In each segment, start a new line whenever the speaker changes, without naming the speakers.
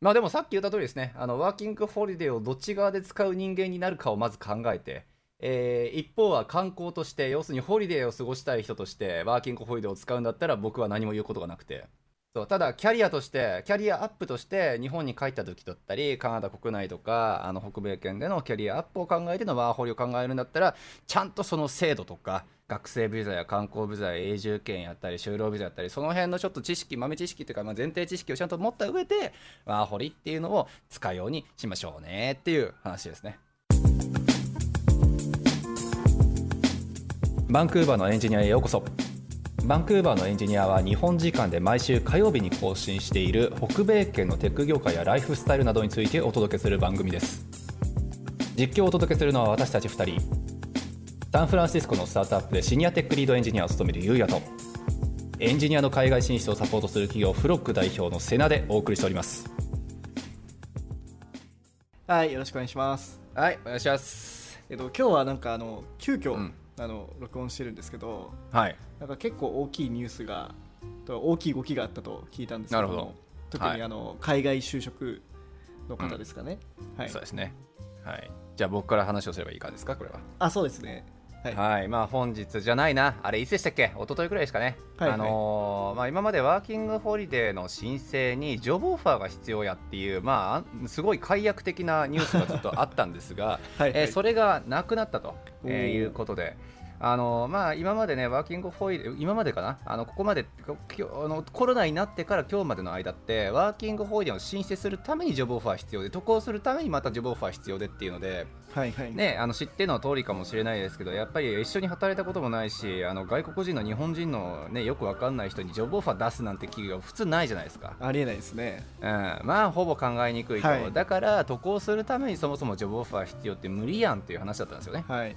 まあでもさっき言った通りですね、あのワーキングホリデーをどっち側で使う人間になるかをまず考えて、えー一方は観光として、要するにホリデーを過ごしたい人として、ワーキングホリデーを使うんだったら僕は何も言うことがなくて。そうただ、キャリアとして、キャリアアップとして、日本に帰った時だったり、カナダ国内とか、あの北米圏でのキャリアアップを考えてのワーホリを考えるんだったら、ちゃんとその制度とか、学生ビザや観光ビザや永住権やったり、就労ビザやったり、その辺のちょっと知識、豆知識というか、まあ、前提知識をちゃんと持った上で、ワーホリっていうのを使うようにしましょうねっていう話ですね。バンクーバーのエンジニアへようこそバンクーバーのエンジニアは日本時間で毎週火曜日に更新している北米圏のテック業界やライフスタイルなどについてお届けする番組です実況をお届けするのは私たち2人サンフランシスコのスタートアップでシニアテックリードエンジニアを務めるゆうやとエンジニアの海外進出をサポートする企業フロック代表のセナでお送りしております
はい、よろしくお願いします。
はいお願いします
えっと、今日はなんかあの急遽、
うん
あの録音してるんですけど、
はい
なんか結構大きいニュースが、と大きい動きがあったと聞いたんですけども、
なるほど
特に、
はい
あの海外就職の方ですかね。はい
そう。ですね。はい。じゃあ僕から話をすればいい感じですか、これは。
あ、そうですね。はい。
はい、まあ本日じゃないな、あれいつでしたっけ、一昨日くらいですかね。
はいはい
あのーまあ今までワーキングホリデーの申請にジョブオファーが必要やっていうまああんすごい解約的なニュースがずっとあったんです が、
はいはい
えーそれがなくなったと、
おー
えーいうことで。あのーまあ、今までね、ワーキングホリデー、今までかな、あのここまでこきょあの、コロナになってから今日までの間って、ワーキングホリデーを申請するためにジョブオファー必要で、渡航するためにまたジョブオファー必要でっていうので、
はいはい。
ね、あの知ってのは通りかもしれないですけどやっぱり一緒に働いたこともないしあの外国人の日本人の、ね、よくわかんない人にジョブオファー出すなんて企業普通ないじゃないですか、
ありえないですね。
うん、まあほぼ考えにくいと、
はい
だから渡航するためにそもそもジョブオファー必要って無理やんっていう話だったんですよね
はい。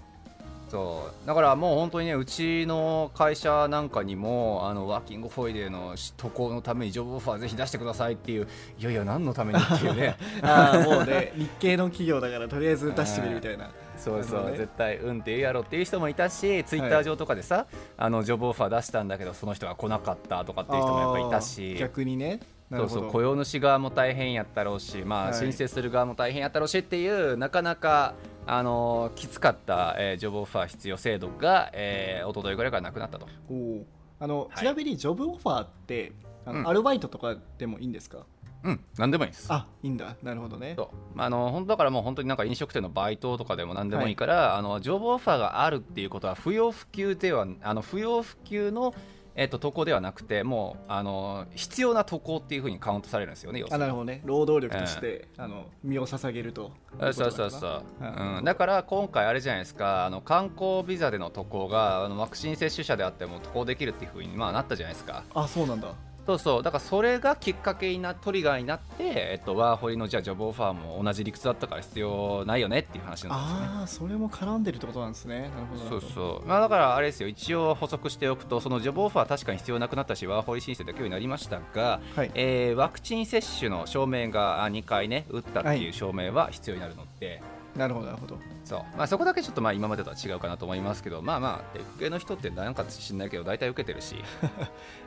そうだからもう本当にねうちの会社なんかにもあのワーキングホイデーの渡航のためにジョブオファーぜひ出してくださいっていういやいや何のためにっていうね
あーもうね、日系の企業だからとりあえず出してみるみたいな。
そうそ
なるほ
う、
どね
絶対うんって言うやろっていう人もいたしツイッター上とかでさ、あのジョブオファー出したんだけどその人が来なかったとかっていう人もやっぱいた
あー
し。
逆にね。な
そ
る
う
ほど
そう雇用主側も大変やったろうし、ま
は
あ、
い
申請する側も大変やったろうしっていう、なかなか、あのーきつかった、えージョブオファー必要制度が、えー、一昨日ぐらいからなくなったと。
おおあの、
はい
ちなみにジョブオファーってあの、
うん
アルバイトとかでもいいんですか
うん、なんでもいいです。
あいいんだなるほどね
そうまあ、あの本当だからもう本当になんか飲食店のバイトとかでも何でもいいから、あのジョブオファーがあるっていうことは不要不急ではあの不要不急の、えっと渡航ではなくてもうあの必要な渡航っていうふうにカウントされるんですよね要する
あ
に
なるほどね労働力として、あの身を捧げると
あそうそう
う
そう、
なのかな
うん、だから今回あれじゃないですかあの観光ビザでの渡航があのワクチン接種者であっても渡航できるっていうふうに、まあ、なったじゃないですか
あそうなんだ
そうそうだからそれがきっかけになトリガーになって、えっと、ワーホリのじゃあジョブオファーも同じ理屈だったから必要ないよねっていう話なんですよね
ああそれも絡んでるってことなんですねなるほどな
そ
るほ
う
ど
そう、まあ、だからあれですよ、一応補足しておくと、そのジョブオファー、確かに必要なくなったし、ワーホリ申請だけになりましたが、
はい
えーワクチン接種の証明が2回ね、打ったって
はいいう
証明は必要になるので、
なるほどなるほど
そうまあ、そこだけちょっとまあ今までとは違うかなと思いますけど、まあまあ、受けの人ってなんか知んないけど、大体受けてるし、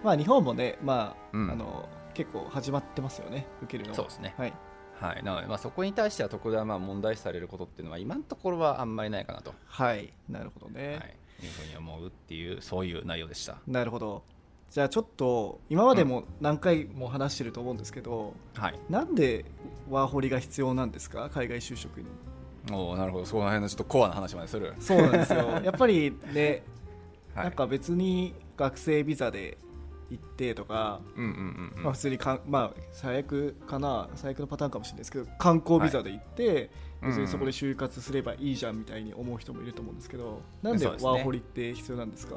まあ日本もねまあ、
うん
あの結構始まってますよね受けるの
そうですね、
はい
はい、なので、まあ、そこに対しては特段まあ問題視されることっていうのは、今のところはあんまりないかなと、
はいなるほど
はい、
ね、
いうふうに思うっていう、そういう内容でした。
なるほどじゃあちょっと今までも何回も話してると思うんですけど、
はい、
なんでワーホリが必要なんですか海外就職に
おーなるほど、そこら辺のちょっとコアな話までする。
そうなんです よやっぱりね
はい
なんか別に学生ビザで行ってとか、
うんうんうんうん
まあ、普通にかんまあ最悪かな最悪のパターンかもしれないですけど観光ビザで行って、
はい
別にそこで就活すればいいじゃんみたいに思う人もいると思うんですけどなんで
そう
ワ
ですね
ーホリって必要なんですか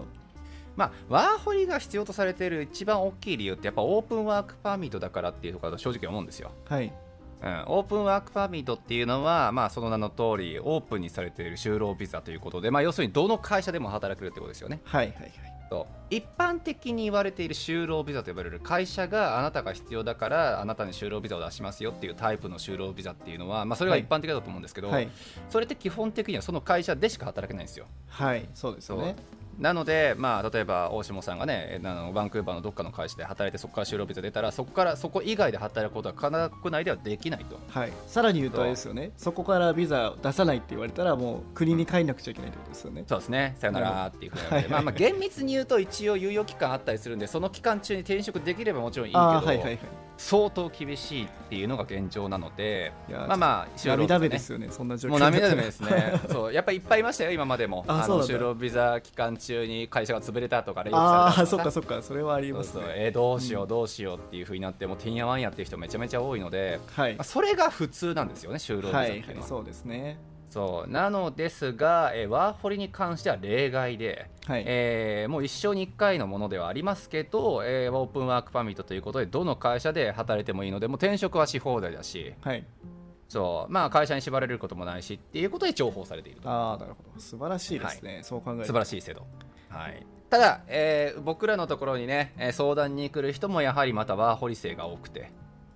まあ、ワーホリが必要とされている一番大きい理由ってやっぱオープンワークパーミットだからっていうところだと正直思うんですよ。
はい
うん、オープンワークパーミットっていうのは、まあ、その名の通りオープンにされている就労ビザということで、まあ、要するにどの会社でも働けるってことですよね。
はいはいはい
と一般的に言われている就労ビザと呼ばれる会社があなたが必要だからあなたに就労ビザを出しますよっていうタイプの就労ビザっていうのは、まあ、それが一般的だと思うんですけど、
はい
それって基本的にはその会社でしか働けないんですよ。
はいそうですよね
なので、まあ、例えば大下さんがねあのバンクーバーのどっかの会社で働いてそこから就労ビザ出たらそこからそこ以外で働くことはカナダ国内ではできないと
はい、さらに言うとあれですよねそこからビザ出さないって言われたらもう国に帰んなくちゃいけないってことですよね、
そうですねさよならっていうふうにな
は
るので、
いはい
まあ、まあ厳密に言うと一応猶予期間あったりするんでその期間中に転職できればもちろんいいけど、
ああはいはいはい
相当厳しいっていうのが現状なので
いや
まあまあ就労ビザ
涙
ね
目ですよねそんな状況
もう涙目です
だったら
ね そうやっぱいっぱいいましたよ今までも
あ
あ
そう
の
なんだ
就労ビザ期間中に会社が潰れたとかレイオフされ
あ
た
あ
と
そっ
かさ
かそっかそれはあり
そ
ま
う
す
そう
ね
えーどうしよ
う
うどうしようっていうふうになってもうてんやわんやっていう人めちゃめちゃ多いので、
はい
まあ、それが普通なんですよね就労ビザっ
は
てい
いう
のは、
そうですね
そうなのですが、えーワーホリに関しては例外で、
はい、
えーもう一生に1回のものではありますけど、えーオープンワークパミットということでどの会社で働いてもいいのでもう転職はし放題だし
はい
そう、まあ、会社に縛られることもないしっていうことで重宝されていると
ああなるほど素晴らしいですね、そう考える
素晴らしい制度、はい、ただ、えー僕らのところにねえー相談に来る人もやはりまたワーホリ生が多くて。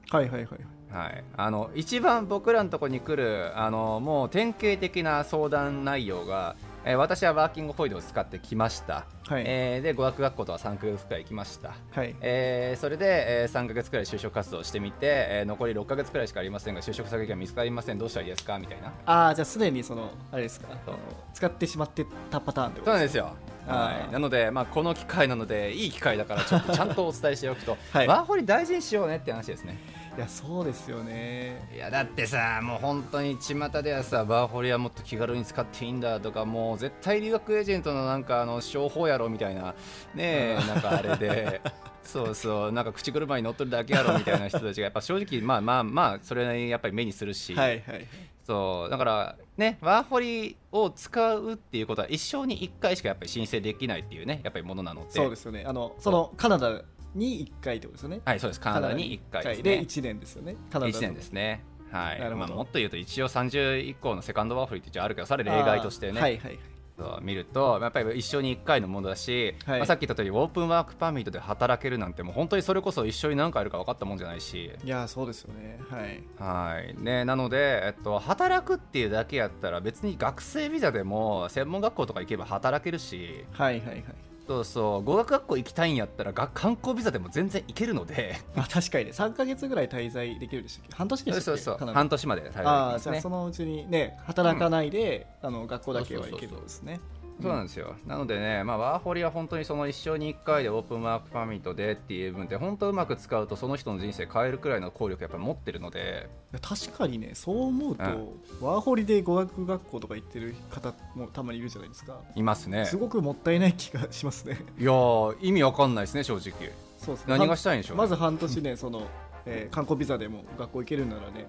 はいはいはい
はい、あの一番僕らのところに来るあのもう典型的な相談内容が、えー私はワーキングホイールを使ってきました、
はい、
えーで語学学校とは3ヶ月くらい行きました、
はい
えーそれで、え3ヶ月くらい就職活動をしてみて、えー残り6ヶ月くらいしかありませんが就職先が見つかりませんどうしたらいいですかみたいな
ああじゃあすでにそのあれですか
そう
使ってしまってたパターンってこ
そうな
と
ん
で
ですよは
あー
い、なので、まあ、この機会なのでいい機会だからちょっとちゃんとお伝えしてお くと、
はい
ワーホリ大事にしようねって話ですね
すいやそうですよね
いやだってさもう本当に巷ではさバーホリはもっと気軽に使っていいんだとかもう絶対留学エージェントのなんかあの商法やろみたいなねえなんかあれ でそうそうなんか口車に乗っとるだけやろみたいな人たちがやっぱ正直まあまあまあそれなりにやっぱり目にするし、
はいはい
そうだからねワーホリを使うっていうことは一生に1回しかやっぱり申請できないっていうねやっぱりものなので
そうですよねあのそのカナダに1回ってことですよね
はいそうですカナダに1回ですね
で1年ですよねカナダ
1年ですね。はい
なるほ
ま
ど
あ、もっと言うと一応30以降のセカンドワーフリーって一応あるけどそれ例外としてね、
はいはい
そう見るとやっぱり一生に1回のものだし、
はい
まあ、さっき言った通りオープンワークパーミットで働けるなんてもう本当にそれこそ一緒に何回あるか分かったもんじゃないし、
いやそうですよねはい
はいね、なので、えっと、働くっていうだけやったら別に学生ビザでも専門学校とか行けば働けるし
はいはいはい
そうそう語学学校行きたいんやったらが観光ビザでも全然行けるので。
まあ確かにね3か月ぐらい滞在できるでしたっけ半年で
そ
し
う
たっけ
そうそう
カナダ
半年まで滞在でき
あ
ま
あ
す
じゃあ
ね
そのうちにね働かないで、あの学校だけは
そうそ
行
う
け
そう
る
そうん
ですね
そうなんですよ、なのでね、まあ、ワーホリは本当にその一生に1回でオープンワークパーミットでっていう部分で本当うまく使うとその人の人生変えるくらいの効力やっぱり持ってるので
いや確かにねそう思うと、
うん
ワーホリで語学学校とか行ってる方もたまにいるじゃないですか
いますね
すごくもったいない気がしますね
いやー意味わかんないですね正直
そう ですね
何がしたいんでしょう、ね、
まず半年ねその、えー観光ビザでも学校行けるならね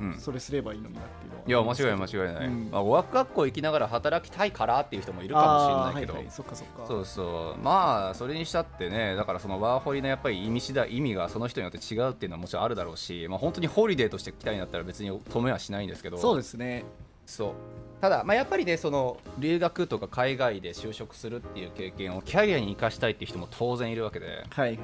うん、
それすればいいのになっていうのはい
や間違いない間違いない、
うん
まあ、語学学校行きながら働きたいからっていう人もいるかもしれないけど、
あーははそっかそっか
そうそうまあそれにしたってねだからそのワーホリのやっぱり意味次第意味がその人によって違うっていうのはもちろんあるだろうし、まあ、本当にホリデーとして来たいんだったら別に止めはしないんですけど
そうですね
そうただ、まあ、やっぱりねその留学とか海外で就職するっていう経験をキャリアに生かしたいっていう人も当然いるわけで
はいはい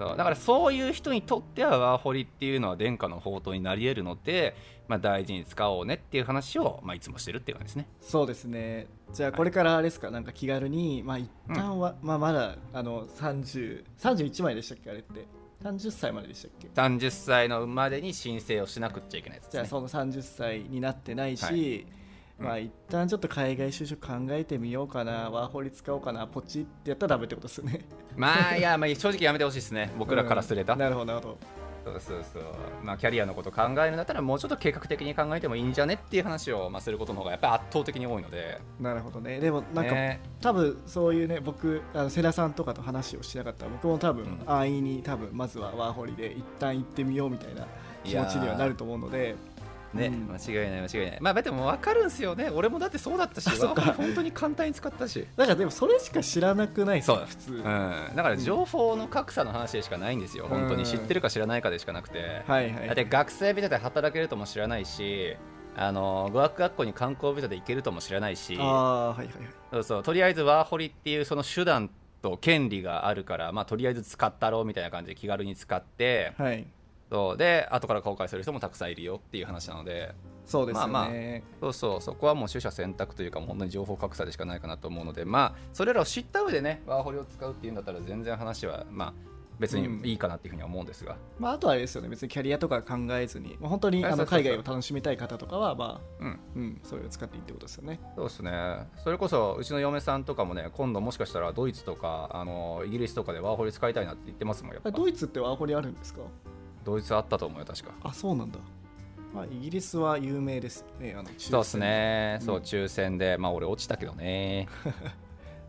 そうだからそういう人にとってはワーホリっていうのは殿下の宝刀になり得るので、まあ、大事に使おうねっていう話を、まあ、いつもしてるっていう感じですね
そうですねじゃあこれからあれですか、なんか気軽にまあ一旦は、まあまだあの3031枚でしたっけあれって30歳まででしたっけ
30歳のまでに申請をしなくっちゃいけないやつです、
じゃあ
ね、
その30歳になってないし、
はいうん
まあ一旦ちょっと海外就職考えてみようかな、ワーホリ使おうかなポチってやったらダメってことですよね
まあいや、まあ、正直やめてほしいです ね僕らからすれば、
うんなるほどなるほど
そうそうそうまあキャリアのこと考えるんだったらもうちょっと計画的に考えてもいいんじゃねっていう話を、まあ、することの方がやっぱり圧倒的に多いので
なるほどねでもなんか、
ね
多分そういうね僕あの世良さんとかと話をしなかったら僕も多分、
うん
安易に多分まずはワーホリで一旦行ってみようみたいな気持ちにはなると思うので
ね、
うん
間違いない間違いないまあでも分かるんですよね俺もだってそうだったし
あそっか
ワーホリ本当に簡単に使ったし
なんかでもそれしか知らなくないです
そ
か
う
普通、
うんだ
はい
から情報の格差の話でしかないんですよ本当
うん
に知ってるか知らないかでしかなくて
はい
だって学生ビザで働けるとも知らないしあの語学学校に観光ビザで行けるとも知らないし
ああはいはいはい
そうそうとりあえずワーホリっていうその手段と権利があるからまあとりあえず使ったろうみたいな感じで気軽に使って
はい
そうで後から後悔する人もたくさんいるよっていう話なので
そうですよね、
まあまそうそうそこはもう取捨選択というかもう本当に情報格差でしかないかなと思うのでまあそれらを知った上でねワーホリを使うっていうんだったら全然話はまあ別
うん
にいいかなっていうふうには思うんですが、
まあ、あとはあれですよね別にキャリアとか考えずに、まあ、本当に
あ
あ
そ
の
うそうそう
海外を楽しみたい方とかはまあ、
うん、
うん、それを使っていいってことですよね
そうですねそれこそうちの嫁さんとかもね今度もしかしたらドイツとかあのイギリスとかでワーホリ使いたいなって言ってますもんやっぱ
ドイツってワーホリあるんですか
ドイツあったと思うよ確か
あそうなんだ、まあ、イギリスは有名ですねあの
そうですね、
うん
そう抽選でまあ俺落ちたけどね
だか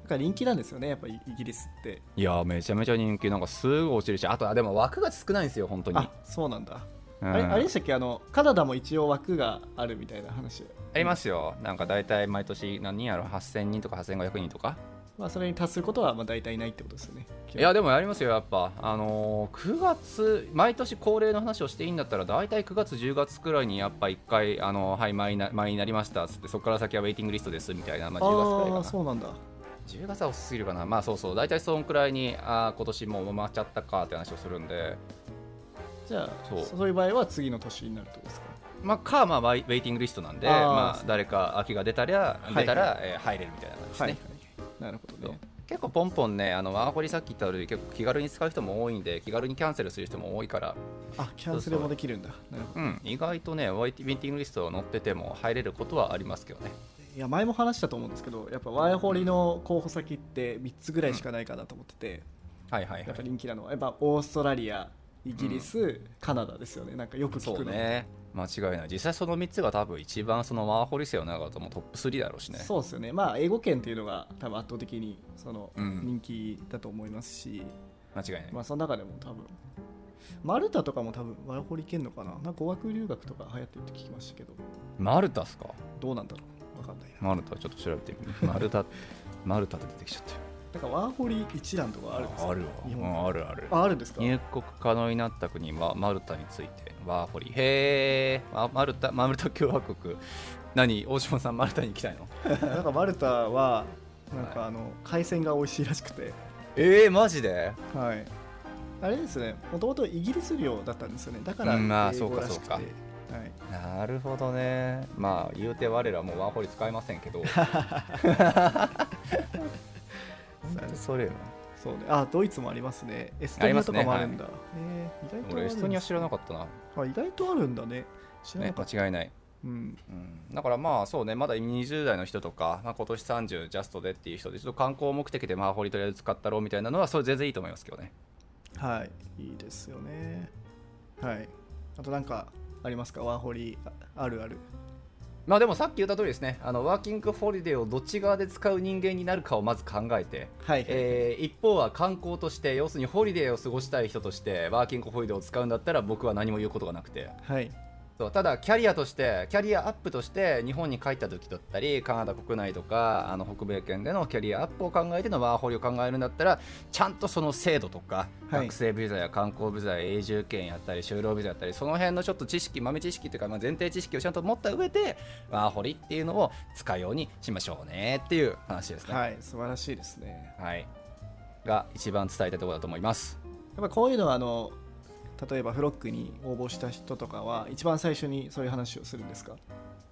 ら人気なんですよねやっぱりイギリスって
いやーめちゃめちゃ人気なんかすぐ落ちるしあとはでも枠が少ないんですよ本当に
あそうなんだ、
うん
あれあれでしたっけあのカナダも一応枠があるみたいな話
ありますよなんか大体毎年何人やろ8000人とか8500人とか
まあ、それに達することはまあ大体ないってことですよね
いやでもやりますよやっぱあのー、9月毎年恒例の話をしていいんだったら大体9月10月くらいにやっぱ1回「あのーはい前にな前になりました」っつってそこから先はウェイティングリストですみたいな、まあ、10月く
あ
ら
あ
いかな
そうなんだ
10月は遅すぎるかなまあそうそう大体そんくらいにああ今年もう回っちゃったかって話をするんで
じゃあそ
そうう
いう場合は次の年になるってことですか
まあかまあウェイウェイティングリストなんで
あー
まあ誰か空きが出たりゃ
い
出たら、えー入れるみたいな感じですね、
はいなるほどね
結構ポンポンねあのワーホリさっき言ったように結構気軽に使う人も多いんで気軽にキャンセルする人も多いから、
あキャンセルもできるんだなるほど
うん、意外とねワイティウィンティングリストを載ってても入れることはありますけどね
いや前も話したと思うんですけどやっぱワイホリの候補先って3つぐらいしかないかなと思ってて、
はいはいは
やっぱ
い
人気なのはやっぱオーストラリアイギリス、カナダですよねなんかよく聞
そ
く
う
の
ね間違いない実際その3つが多分一番そのワーホリ生の中だともうトップ3だろうしね
そうですよねまあ英語圏っていうのが多分圧倒的にその
うん
人気だと思いますし、
間違いない、
まあその中でも多分マルタとかも多分ワイホリ行けんのかななんか語学留学とか流行ってるって聞きましたけど
マルタっすか
どうなんだろうわかんないな
マルタちょっと調べてみるマルタマルタって出てきちゃったよ
なんかワーホリ一覧とかあるんですか
あるわ
日
う
本
んあるある
ああるんですか
入国可能になった国はマルタについてワーホリへえマルタマルタ共和国 何大島さんマルタに行きたいの
なんかマルタはなんかあの、海鮮が美味しいらしくて、
ええマジで
はい、あれですねもともとイギリス領だったんですよねだから
うんまあ
英語らしく
そう
て、
かそう
はい、
なるほどねまあ言うて我らもうワーホリ使えませんけ ど本当それよ
そうねあドイツもありますねエスト
あ
ニ
り
ア
ます
とか
ね
もあるんだ、ね意外とある
俺エストニア知らな
かっ
かったな、
たあ意外とあるんだね知らな
ね、
かった、
間違いない、
うん、
うん、だからまあそうねまだ20代の人とか、まあ、今年30ジャストでっていう人でちょっと観光目的でワーホリとりあえず使ったろうみたいなのはそれ全然いいと思いますけどね
はいいいですよねはいあとなんかありますかワーホリああるある
まあでもさっき言った通りですねあのワーキングホリデーをどっち側で使う人間になるかをまず考えて
はい、
えー一方は観光として要するにホリデーを過ごしたい人としてワーキングホリデーを使うんだったら僕は何も言うことがなくて
はい
そうただキャリアとしてキャリアアップとして日本に帰った時だったりカナダ国内とかあの北米圏でのキャリアアップを考えてのワーホリを考えるんだったらちゃんとその制度とか、
はい
学生ビザや観光ビザや永住権やったり就労ビザやったりその辺のちょっと知識豆知識というか、まあ、前提知識をちゃんと持った上でワーホリっていうのを使うようにしましょうねっていう話ですね。
はい素晴らしいですね
はい、が一番伝えたいところだと思います。
やっぱこういうのはあの例えばフロックに応募した人とかは一番最初にそういう話をするんですか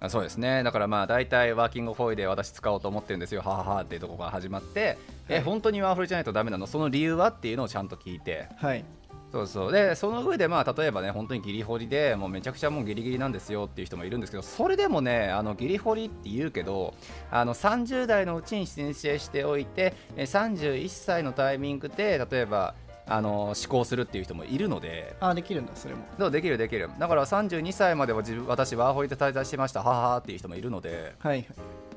あそうですねだからまあ大体ワーキングホイで私使おうと思ってるんですよはははっていうところから始まって、え本当にワーフルじゃないとダメなのその理由はっていうのをちゃんと聞いて
はい
そうそうでその上でまあ例えばね本当にギリホリでもうめちゃくちゃもうギリギリなんですよっていう人もいるんですけどそれでもねあのギリホリって言うけどあの30代のうちに申請しておいてえ31歳のタイミングで例えばあの施行するっていう人もいるので
ああできるんだそれも
そうできるできるだから32歳までは自分私ワーホリで滞在してましたはははっていう人もいるので
はいはい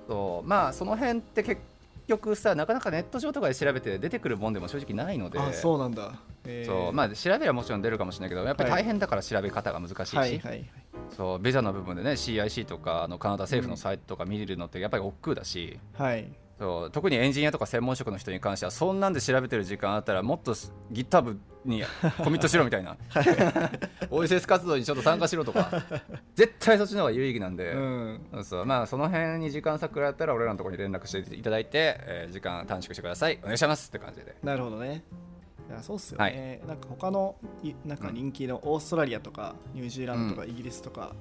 そうまあその辺って結局さなかなかネット上とかで調べて出てくるもんでも正直ないので
あそうなんだ、えー
そうまあ調べればもちろん出るかもしれないけどやっぱり
はい
大変だから調べ方が難しいし、
はいはいはい
そうビザの部分でね CIC とかあのカナダ政府のサイトとか見れるのってやっぱり億劫だし、
はい
そう特にエンジニアとか専門職の人に関してはそんなんで調べてる時間あったらもっと GitHub にコミットしろみたい な OSS 活動にちょっと参加しろとか絶対そっちの方が有意義なんで、
うん
そうそうまあその辺に時間差くらったら俺らのところに連絡していただいて、えー時間短縮してくださいお願いしますって感じで
なるほどねいやそうっすよね、なんか他のいなんか人気のオーストラリアとかニュージーランドとかイギリスとか、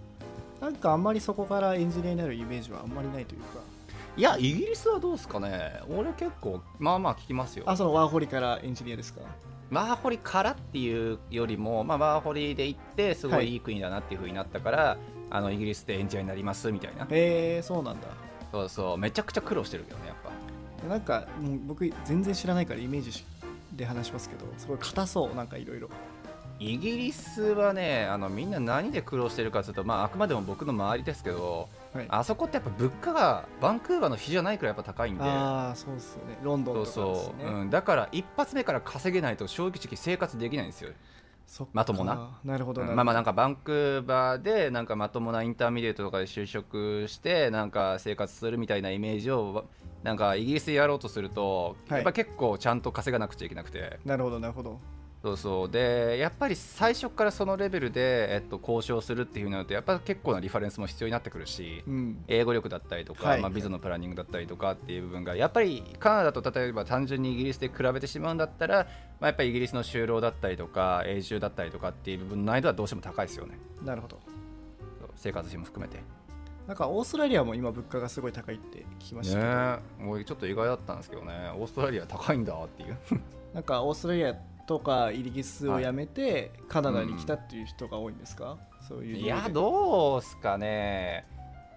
なんかあんまりそこからエンジニアになるイメージはあんまりないというか
いやイギリスはどうですかね俺結構まあまあ聞きますよ
あそのワーホリからエンジニアですか
ワーホリからっていうよりも、まあ、ワーホリで行ってすご
はい
いいい国だなっていうふうになったから、あのイギリスでエンジニアになりますみたいな
へえー、そうなんだ
そうそうめちゃくちゃ苦労してるけどねやっぱ
なんかもう僕全然知らないからイメージで話しますけどすごい硬そうなんかいろいろ
イギリスはねあのみんな何で苦労してるかというと、まあ、あくまでも僕の周りですけど
はい
あそこってやっぱ物価がバンクーバーの比じゃないくらいやっぱ高いんで
ああそうっすよねロンドン
そ
と
う
かですよね
そう、うん、だから一発目から稼げないと正直生活できないんですよ
そっか
まともな
なるほどなるほど、
まあまあなんかバンクーバーでなんかまともなインターミディエートとかで就職してなんか生活するみたいなイメージをなんかイギリスでやろうとすると、
はい
やっぱ結構ちゃんと稼がなくちゃいけなくて
なるほどなるほど
そうそうでやっぱり最初からそのレベルで、えっと、交渉するっていうふうになるとやっぱ結構なリファレンスも必要になってくるし
うん
英語力だったりとか、
はい
まあ、ビザのプランニングだったりとかっていう部分がやっぱりカナダと例えば単純にイギリスで比べてしまうんだったら、まあ、やっぱりイギリスの就労だったりとか永住だったりとかっていう部分の難易度はどうしても高いですよね。
なるほど
生活費も含めてね
なんかオーストラリアも今物価がすごい高いって聞きましたけど、
えもうちょっと意外だったんですけどねオーストラリア高いんだって いう
なんかオーストラリアとかイギリスを辞めてカナダに来たっていう人が多いんですか、そういう理
い
由で
やどうすかね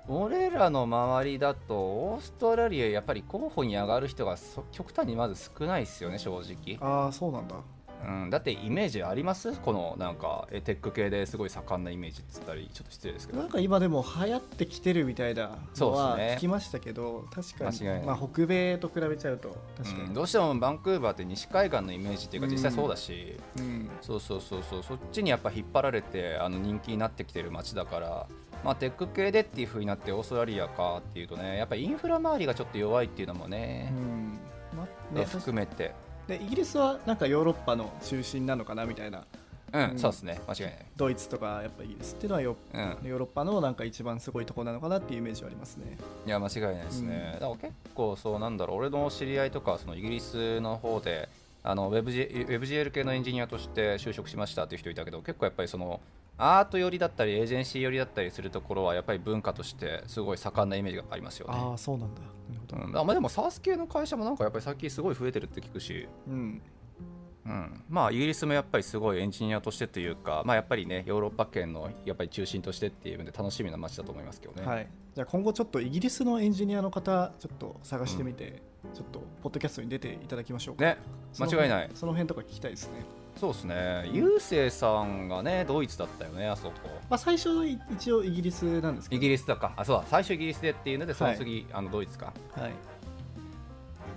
俺らの周りだとオーストラリアやっぱり候補に上がる人がそ極端にまず少ないですよね正直、
ああそうなんだ
うん、だってイメージありますこのなんかえテック系ですごい盛んなイメージって言ったりちょっと失礼ですけど
なんか今でも流行ってきてるみたいなの
そうっ
は
すね
聞きましたけど、確かに
間違いない
まあ、北米と比べちゃうと確か
うん
に、
どうしてもバンクーバーって西海岸のイメージっていうか実際そうだし、
うん
そうそうそうそうそっちにやっぱ引っ張られてあの人気になってきてる街だから、まあ、テック系でっていう風になってオーストラリアかっていうとねやっぱインフラ周りがちょっと弱いっていうのも
う
ね,、
んま
ね
ね、
含めて
でイギリスはなんかヨーロッパの中心なのかなみたいな
うん、
うん
そうですね間違いない
ドイツとかやっぱイギリスっていうのはヨ,、
うん
ヨーロッパのなんか一番すごいとこなのかなっていうイメージはありますね
いや間違いないですね、だから結構そうなんだろう俺の知り合いとかそのイギリスの方であの WebG- WebGL 系のエンジニアとして就職しましたっていう人いたけど結構やっぱりそのアート寄りだったりエージェンシー寄りだったりするところはやっぱり文化としてすごい盛んなイメージがありますよね。
あそうなんだなるほ
うん、あまあでも SARS 系の会社もなんかやっぱり最近すごい増えてるって聞くし、
うん
うん、まあイギリスもやっぱりすごいエンジニアとしてというか、まあ、やっぱりねヨーロッパ圏のやっぱり中心としてっていうので楽しみな街だと思いますけどね、
はい、じゃあ今後ちょっとイギリスのエンジニアの方ちょっと探してみて、ちょっとポッドキャストに出ていただきましょうか、
ね
その辺、
間違いない
その辺とか聞きたいですね、
そうですね郵政さんがねドイツだったよねあそこ
まあ、最初はい一応イギリスなんですけ
イ
ど
ギリスだかあそうだ最初イギリスでっていうのでその
はい
次、あのドイツか
はい、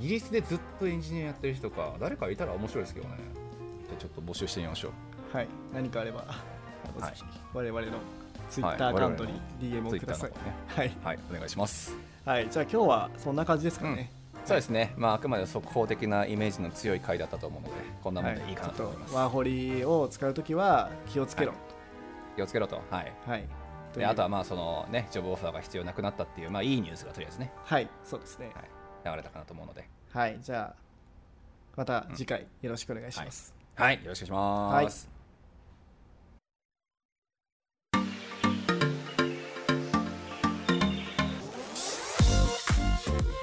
イギリスでずっとエンジニアやってる人か誰かいたら面白いですけどねじゃあちょっと募集してみましょう
はい、何かあれば、あの
はい
ぜひ我々のツイッターアカウントに DM をください、
Twitter の方ね
はい
はいお願いします
はい、じゃあ今日はそんな感じですかね、
そうですね、まあ、あくまで速報的なイメージの強い回だったと思うので、こんなも
は
ん
い
でいいかな
ち
と
ょっ
思います。
とワーホリを使うときは気をつけろ、
気をつけろと、はい、
はいとい
で
う
あとはまあその、ね、ジョブオファーが必要なくなったっていう、まあ、いいニュースがとりあえずね、
はいそうですね
はい、流れたかなと思うので、
はい、じゃあまた次回よろしくお願いします、
はい、よろしくお願いします。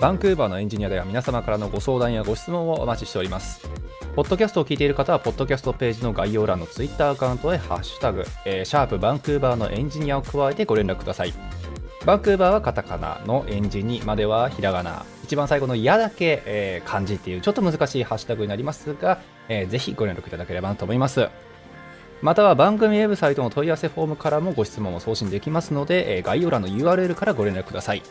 バンクーバーのエンジニアでは皆様からのご相談やご質問をお待ちしております。ポッドキャストを聞いている方は、ポッドキャストページの概要欄のツイッターアカウントへハッシュタグ、えーシャープバンクーバーのエンジニアを加えてご連絡ください。バンクーバーはカタカナのエンジニまではひらがな。一番最後のやだけ、えー漢字っていうちょっと難しいハッシュタグになりますが、えーぜひご連絡いただければなと思います。または番組ウェブサイトの問い合わせフォームからもご質問を送信できますので、えー概要欄の URL からご連絡ください。